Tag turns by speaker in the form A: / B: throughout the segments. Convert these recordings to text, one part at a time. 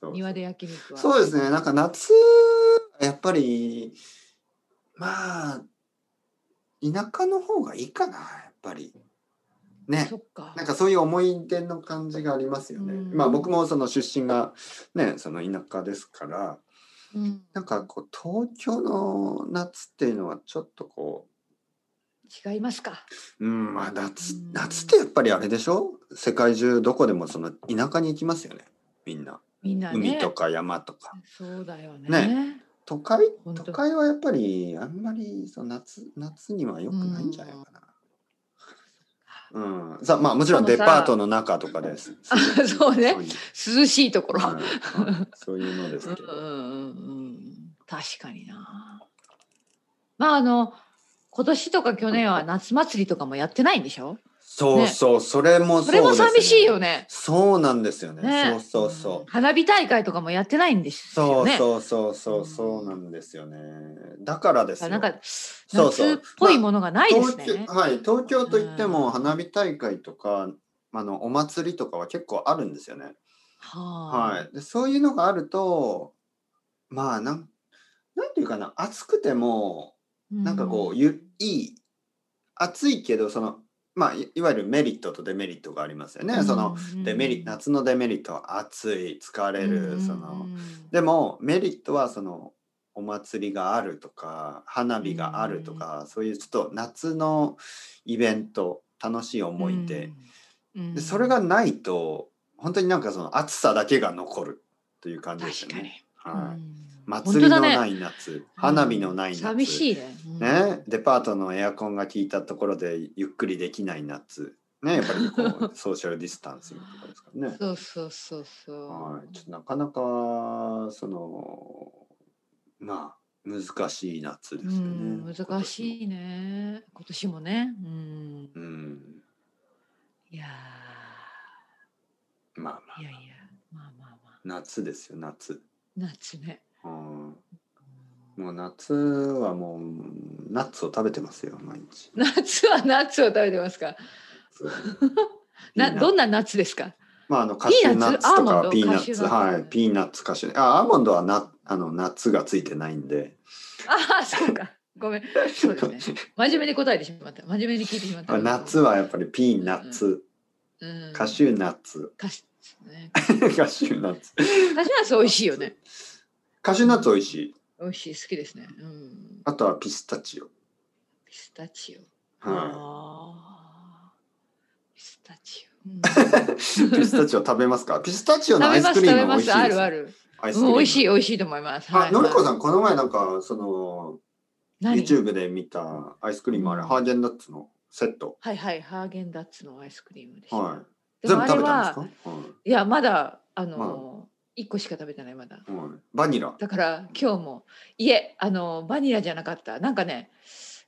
A: そう
B: 庭で焼肉は。
A: そうですね、なんか夏、やっぱり、まあ、田舎の方がいいかな、やっぱり。ね
B: そ、っか。
A: なんかそういう思い出の感じがありますよね。
B: うん
A: まあ僕もその出身がね、その田舎ですから、
B: うん
A: なんかこう東京の夏っていうのはちょっとこ
B: 違いますか。
A: う、うん、まあ夏
B: うん、
A: 夏ってやっぱりあれでしょ世界中どこでもその田舎に行きますよね、みんな。
B: みんなね。
A: 海とか山とか。
B: そうだよね。
A: ね都会
B: 本当
A: 都会はやっぱりあんまりその夏夏には良くないんじゃないかな。うん、さまあもちろんデパートの中とかです。
B: あそうね
A: いう
B: 涼しいところ。
A: はい はいそういうのです
B: うん
A: けど。
B: うんうんうん確かにな。まああの今年とか去年は夏祭りとかもやってないんでしょ。
A: そうそう、それもう
B: それも寂しいよ
A: ね。
B: ね。
A: そうなんですよね。
B: ね
A: そうそうそう。
B: 花火大会とかもやってないんです
A: そ
B: よ
A: う
B: ね。
A: そうそうそうそうなんですよね。だからですよ。
B: なんか
A: そうそう
B: 夏っぽいものがないですね。
A: 東京はい、東京といっても花火大会とか、あのお祭りとかは結構あるんですよね。
B: は
A: はい、でそういうのがあるとまあなんなんていうかな暑くても
B: い。
A: なんかこう、
B: う
A: ゆいい暑いけどそのまあいいわゆるメリットとデメリットがありますよね、
B: ん
A: その
B: うん
A: デメリ夏のデメリットは暑い疲れる、その
B: うん
A: でもメリットはそのお祭りがあるとか花火があるとか、そういうちょっと夏のイベント楽しい思い出、、
B: うんうん
A: でそれがないと本当になんかその暑さだけが残るという感じです
B: 確
A: よ
B: かに
A: ね。。は
B: う
A: い、
B: ん
A: 祭りの
B: 本当だ
A: な
B: ね
A: い夏、花火のない夏、
B: 寂しいね。うん
A: ね、デパートのエアコンが効いたところでゆっくりできない夏、ね、やっぱりこう ソーシャルディスタンスのところですからね。
B: そうそうそうそう。
A: はい、ちょっとなかなかそのまあ難しい夏です
B: う
A: よね
B: ん。難
A: い。
B: しいね。今年もね。うん。
A: うん、
B: いや
A: まあま
B: ー
A: あ
B: いやいや、まあまあまあ。
A: 夏ですよ夏。
B: 夏ね。
A: うん
B: うん
A: もう夏はもうナッツを食べてますよ毎日。
B: 夏はナッツを食べてますか。 な、
A: いい
B: どんなナッツですか。
A: まああのカシューナッツとか
B: ピ
A: ピー
B: ーナ
A: ナ
B: ッ
A: ッ
B: ツ
A: ツ
B: アーモンドカシュー
A: は
B: ナッツ
A: いピーナッツカシューあアーモンドはなあのナッツがついてないんで。
B: ああ、そうか。ごめん。そうですね。 真面目に答えてしまった。真面目に聞いてしまった。
A: ナッツはやっぱりピーナッツ、
B: うん。
A: カシューナッツ、
B: カシュね。
A: カシューナッツ、
B: カシューナッツ美味しいよね。
A: カシューナッツ美味しい。
B: 美味しい、好きですね。うん。
A: あとはピスタチオ。
B: ピスタチオ。
A: は
B: あーピスタチオ。うん
A: い。ピスタチオ食べますか。ピスタチオの
B: 食
A: ア
B: べ
A: イス
B: ま
A: ク
B: す
A: リーム
B: 食べ
A: 美
B: ま
A: 味しい
B: す
A: です。
B: あるある。
A: アイスク
B: う
A: リー
B: ん
A: ム。
B: 美味しい
A: い。
B: 美味しいと思います。
A: あ、のりこさ
B: ん
A: んこの前なんかその
B: 何
A: YouTube で見たアイスクリームあれハーゲンダッツのセット。
B: はいはいハーゲンダッツのアイスクリームでした。
A: はい。
B: で
A: 全
B: も
A: 部
B: あれ
A: 食べたんですか。
B: は
A: はい。
B: いやまだあの一、個しか食べてないまだ。
A: はい。バニラ。
B: だから今日もいえあのバニラじゃなかったなんかね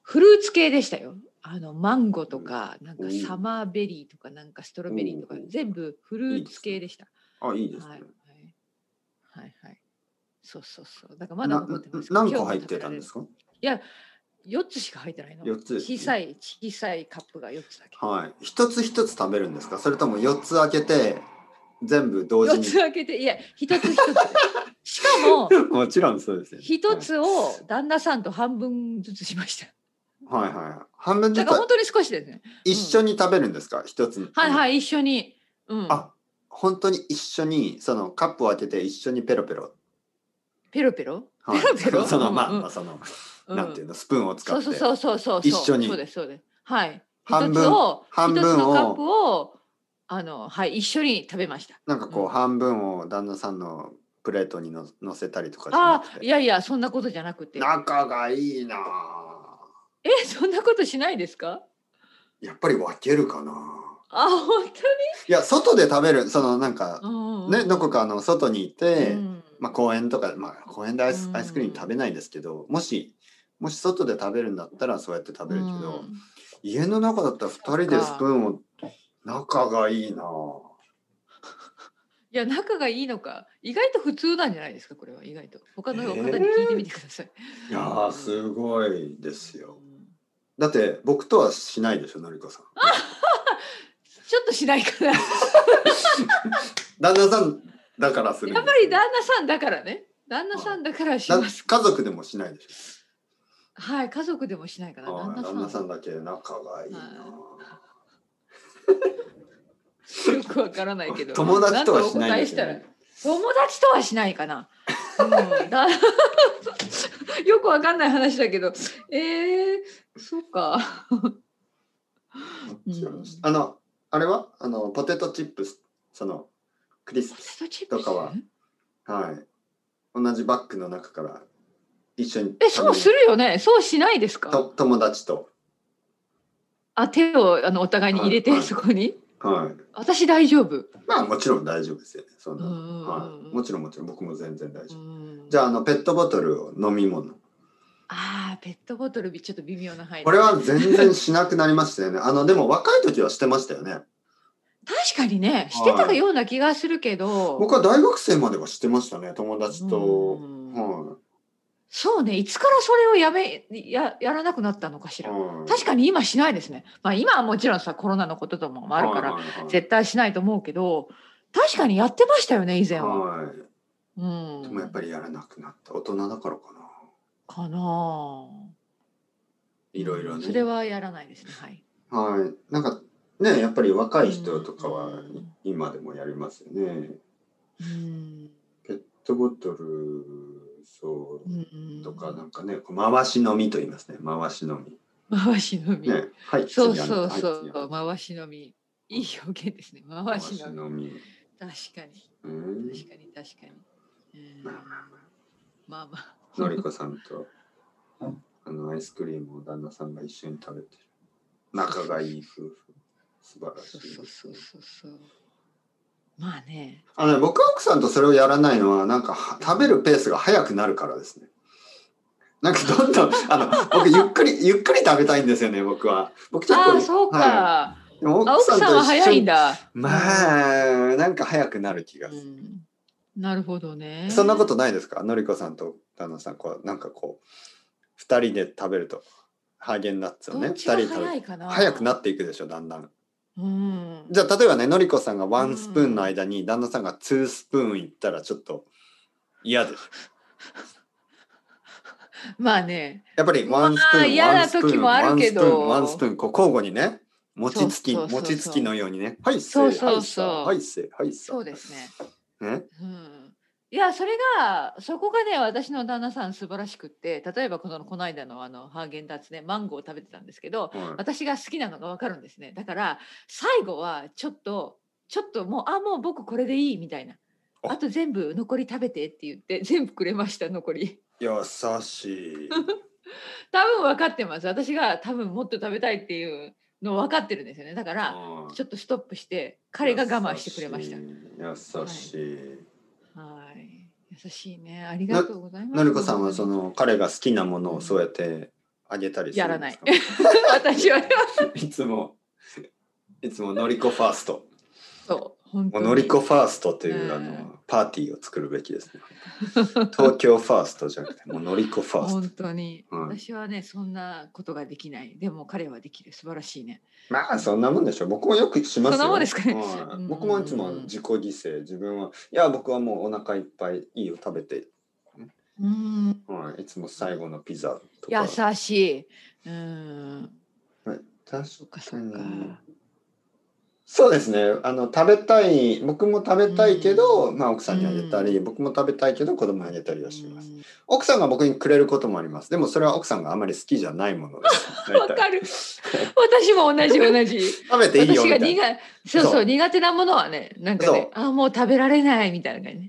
B: フルーツ系でしたよ。あのマンゴーとかなんか
A: うん
B: サマーベリーとかなんかストロベリーとか
A: うん
B: 全部フルーツ系でした。
A: あ、いいです
B: はい
A: ね
B: はい。はいはい。そうそうそう。だからまだ残ってます。
A: なな何個入ってたんです
B: か。
A: か。
B: 四つしか入ってないの。
A: 四つ
B: 小さい小さいカップが四つだけ。
A: はい。一つ一つ食べるんですか。それとも四つ開けて全部同時
B: 四
A: に
B: つ。開けていや一つ一つですしかも
A: もちろんそうですよね。
B: 一つを旦那さんと半分ずつしました
A: はい。はいはい。半分
B: だ
A: ずつ
B: から本当に少しですね
A: 一緒に食べるんですか。一つ。。
B: はいはいい一緒にうん
A: あ、本当に一緒にそのカップを開けて一緒にペロペロ。
B: ペロペロ
A: はい
B: ペロペロ
A: そのまあ
B: うんうん
A: まあその
B: うん
A: なんていうのスプーンを使
B: そ
A: っ
B: う
A: て。
B: そうそうそうそう
A: 一緒に
B: そうですそうですはい
A: 半分
B: 一つを
A: 半分を
B: 一つのカップをあのはい一緒に食べました
A: なんかこ
B: うん
A: う半分を旦那さんのプレートにの乗せたりとかじゃな
B: あ
A: く
B: あい
A: て。
B: やいやそんなことじゃなくて
A: 仲がいいなあ。
B: えそんなことしないですか
A: やっぱり分けるかな。
B: あ本
A: いや外で食べるそのなんか
B: 当に、うんうん
A: ねどこかあの外にいて、
B: うん
A: まあ公園とかまあ公園でアイス
B: うん
A: アイスクリーム食べないですけど、もしもし外で食べるんだったらそうやって食べるけど、
B: うん
A: 家の中だったら二人でスプーンを仲がいいなあ。
B: いや仲がいいのか意外と普通なんじゃないですかこれは意外と他の方に
A: えー
B: 聞いてみてください、
A: いやーすごいですよ
B: う。ん
A: だって僕とはしないでしょのりこさん。
B: ちょっとしないかな
A: 旦那さんだからするん
B: や
A: で
B: っ
A: す
B: ぱり旦那さんだからね旦那さんだからし
A: だ
B: ます
A: 家族でもしないでし
B: はい家族でもしないか
A: ょ
B: ら
A: あ
B: 旦
A: ー
B: 那さ
A: 旦
B: ん
A: 那さんだけ仲がいいな
B: よくわからないけど
A: 友達とはしないんで
B: んてお答えし
A: す
B: た
A: よ
B: ら
A: ね
B: 友達とはしないかな。うん、だ よくわかんない話だけど、えー、そうか。うん
A: あのあれはあのポテトチップスそのクリス
B: ポ
A: プ
B: テ
A: ス
B: トチップ
A: と
B: ス
A: かははい同じバッグの中から一緒に
B: え、そうす
A: る
B: るよね。そうしないですか。
A: と友達と
B: あ、手をあのお互いに入れ
A: は
B: て
A: い
B: そこに。
A: はい
B: 私大丈夫。
A: まあもちろん大丈夫ですよねそんな、
B: うんうんうん
A: はい、もちろんもちろん僕も全然大丈夫、
B: うん
A: じゃああのペットボトルを飲み物
B: あー、ペットボトルちょっと微妙な範囲。
A: これは全然しなくなりましたよねあのでも若い時はしてましたよね
B: 確かにね、してたような気がするけど。
A: 僕は大学生まではしてましたね友達と
B: う、ん
A: は
B: そうね、いつからそれをやめややらなくなったのかし
A: い
B: ら。
A: はい
B: 確かに今しないですね。まあ今はもちろんさコロナのことともあるから
A: はいはいはい
B: 絶対しないと思うけど、確かにやってましたよね以前は。
A: はい
B: うん。
A: でもやっぱりやらなくなった大人だからかな
B: かなあ。
A: いろいろね
B: それはやらないですね。はい。
A: はいなんかねやっぱり若い人とかは
B: うん
A: 今でもやりますよね
B: うん。
A: ペットボトルそううんとかなんかねこう回し飲みと言いますね回し飲
B: 回し飲み。
A: みねはい
B: そう
A: 次あなた
B: そう
A: はい
B: そ
A: 次あ
B: う。
A: な
B: 回し飲み。いい表現ですね。
A: た
B: 回し飲み。
A: み
B: 確かに
A: うん
B: 確かに確かに。うん
A: まあまあま
B: まあまあ。
A: あのりこさんとあのアイスクリームを旦那さんが一緒に食べてる仲がいい夫婦素晴らし
B: そう
A: い
B: そう
A: です
B: そ
A: ね
B: うそうそう。まあね。
A: あのね僕は奥さんとそれをやらないのはなんかは食べるペースが速くなるからですね。なんかどんどんあの僕ゆっくりゆっくり食べたいんですよね僕は。僕結構
B: ああ、そうか。
A: は
B: あ
A: いでも
B: 奥さんは早いんだ。
A: ま
B: あ、
A: あなんか早くなる気が
B: う
A: する。
B: ん。なるほどね。
A: そんなことないですかのりこさんと旦那さんこうなんかこう二人で食べるとハーゲンダッツをね
B: どっ
A: 二
B: ちが
A: 人で食べ
B: 早
A: る
B: いかな。
A: 早くなっていくでしょだんだん。
B: うん。
A: じゃあ例えばねのりこさんがワ
B: うん
A: ンスプーンの間に旦那さんがツースプーンいったらちょっと嫌です。
B: まあね。
A: やっぱりワンスプーン、
B: まあ
A: ワン
B: 嫌な
A: スプー
B: 時
A: ン
B: もあるけど
A: ワンスプーン、ワンスプーン、こう交互にね、餅つき、
B: そうそうそうそう
A: 餅つきのようにね、はい、
B: そう
A: せ
B: そうそう
A: はい、せはい、せ
B: そうですね。
A: ね。
B: うん。いやそれがそこがね私の旦那さん素晴らしくって例えばこのこの間のあのハーゲンダッツねマンゴーを食べてたんですけど
A: はい
B: 私が好きなのが分かるんですねだから最後はちょっとちょっともうあもう僕これでいいみたいな
A: あ
B: あと全部残り食べてって言って全部くれました残り
A: 優し い。
B: 多分分かってます私が多分もっと食べたいっていうのを分かってるんですよねだから
A: はい
B: ちょっとストップして彼が我慢してくれました
A: 優しい。優しい
B: はい優しいねありがとうございます
A: のりこさんはその彼が好きなものをそうやってあげたりするんですか。
B: 私は
A: いつも。いつものりこファースト。
B: そう本
A: も
B: 当
A: う
B: に
A: のりこファーストという、あ
B: う
A: のパーティーを作るべきですね。東京ファーストじゃなくて、もうのりこファースト
B: 本。当に、
A: うん
B: 私はねそんなことができないでも彼はできる素晴らしいね
A: まあそんなもんでしょう。僕もよくしますよ。
B: そんなもんですかね
A: はい
B: うん
A: 僕もいつも自己犠牲。自分はいや僕はもうお腹いっぱいいいよ食べて、
B: うん
A: はい、いつも最後のピザとか。
B: 優しい。うん。そ
A: 確
B: っかそ
A: か
B: っか。
A: に。そうですね。あの食べたい僕も食べたいけど、
B: うん
A: まあ奥さんにあげたり、
B: うん
A: 僕も食べたいけど子供にあげたりはします。
B: うん
A: 奥さんが僕にくれることもあります。でもそれは奥さんがあまり好きじゃないものです。
B: わ
A: 大
B: か
A: 体
B: る。私も同じ同じ。
A: 食べていいよ
B: 私
A: みた
B: が
A: いな
B: 苦。いそう
A: そ
B: そうう苦手なものはねなんかねあもう食べられないみたいな感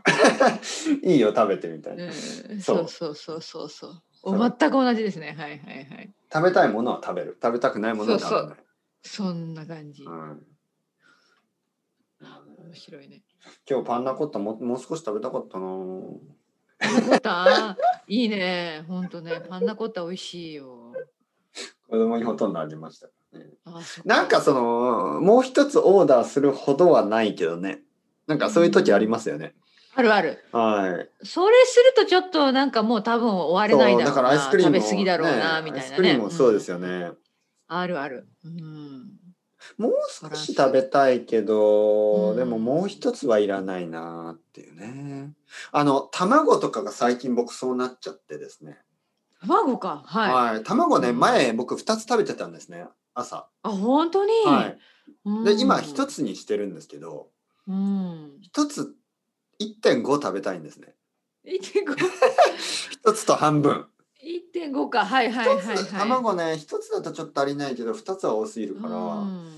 B: じね。
A: いいよ食べてみたいな。
B: うん
A: そ
B: そううそうそうそうそう。
A: そう
B: 全く同じですね。はいはいはい。
A: 食べたいものは食べる。食べたくないものは食べない。
B: そうそんな感じ。
A: うん
B: 面白いね。
A: 今日パンナコッタももう少し食べたかったな
B: パンナコッタいいね。本当ね。パンナコッタ美味しいよ。
A: 子供にほとんどありましたからね
B: あそっ
A: なんかそのもう一つオーダーするほどはないけどねなんかそういう時ありますよね、
B: あるある。
A: はい
B: それするとちょっとなんかもう多分終われない
A: そう
B: だろ
A: だ
B: う
A: か
B: な
A: らアイスクリームも
B: 食べ過ぎだろうな、みた
A: ア
B: いなね
A: イスクリームもそうですよね、
B: あるある、うん、
A: もう少し食べたいけど、
B: うん
A: でももう一つはいらないなっていうねあの卵とかが最近僕そうなっちゃってですね
B: 卵か。はい。
A: はい、卵ね
B: うん
A: 前僕2つ食べてたんですね朝、
B: あ、本当に。
A: はい、
B: うん
A: で今1。つにしてるんですけど
B: うん。
A: 1つ1.5食べたいんですね
B: 1.5
A: 1つと半分
B: 1.5か。はいはいはいはい。
A: 卵ね1つだとちょっと足りないけど2つは多すぎるから、
B: うん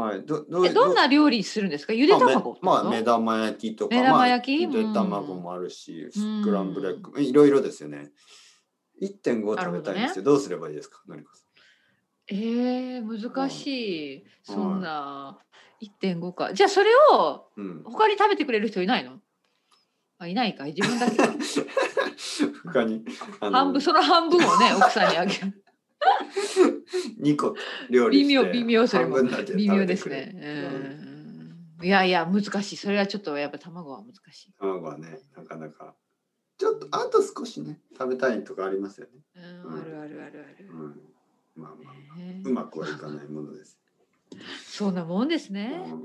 A: はいどどう
B: えどんな料理するんですかゆで卵ってこと
A: まあ、めまあ目玉焼きとか
B: 目玉焼き
A: まあ、ゆ
B: うん
A: で卵もあるし、
B: うん
A: スクランブルエッグいろいろですよね1.5食
B: なるほ
A: べ
B: ど
A: た
B: ね
A: いんですよど,、うすればいいですかのりこさん
B: えー、難しい、
A: うん
B: そんな1.5かじゃあそれを
A: うん、
B: 他に食べてくれる人いないのあいないか自分だけか
A: 他にあの
B: 半分その半分 をね奥さんにあげる
A: 2個料理
B: 微
A: して
B: 妙微妙それも
A: 半分だけ食べてくれ
B: 微妙ですね、
A: うん
B: うんいやいや難しいそれはちょっとやっぱ卵は難しい、
A: 卵はねなかなかちょっとあと少しね食べたいとかありますよね、
B: うん、あるあるあるある
A: う、ん、まあまあ
B: ね
A: うまくはいかないものです、
B: そんなもんですね、
A: うん
B: うん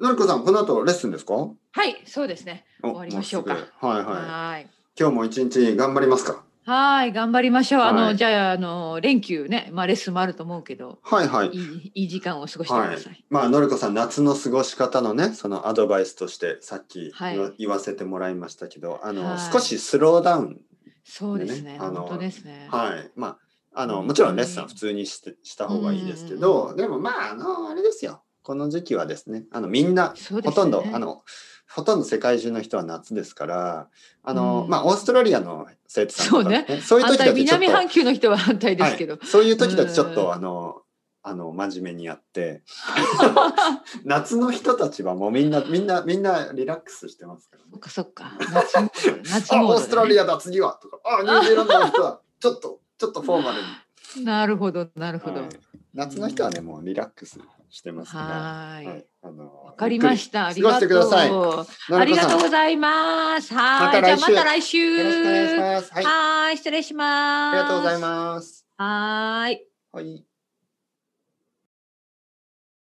A: のりこさんこの後レッスンですかお
B: はいそうですね終わりましょうか
A: もすぐはいはい
B: はい
A: 今日も一日頑張りますか
B: はい、頑張りましょう。あの、
A: はい
B: じゃあ、あの、連休ね、まあ、レッスンもあると思うけど。
A: はいはい
B: いい、いい時間を過ごしてください。
A: まあのりこさん夏の過ごし方のねそのアドバイスとしてさっき
B: はい
A: 言わ,、せてもらいましたけどあの、
B: はい
A: 少しスローダウン
B: そうですね。
A: ねあの
B: 本当ですね。
A: はいまああのもちろんレッスンは普通にしてした方がいいですけど、でもまああのあれですよこの時期はですねあのみんな
B: そうです
A: ほと
B: ね。
A: んど、あ。のほとんど世界中の人は夏ですからあの、
B: うん
A: まあオーストラリアの生徒さんとか、ね、そういう
B: 反
A: 時
B: 対、
A: だけちょっと
B: 南半球の人は反対ですけど
A: は。い、そういう時だとちょっ
B: うん
A: とあのあの真面目にやって 夏の人たちはもうみんなみんなみんなリラックスしてますから、ね
B: そっか、そっか。夏モード。夏
A: あ
B: モード、ね。
A: オーストラリアだ次はとかあニュージーランドの人は ちょっとちょっとフォーマルに、
B: なるほど、なるほど。
A: は
B: はい
A: 夏の人はねもうリラックスしてますか
B: ー
A: ら
B: い。
A: わ、
B: わ、
A: はい、あのわ
B: かりました。ありが
A: 過ごして
B: と。
A: くださいうた
B: ありがとうご
A: い
B: ざいます。は
A: ま
B: ーい、
A: た
B: じゃあ、
A: 来週
B: また来週。
A: よろしくお願いしますはいあ
B: はーい、失礼します。
A: りがとうございます
B: はーい。
A: はい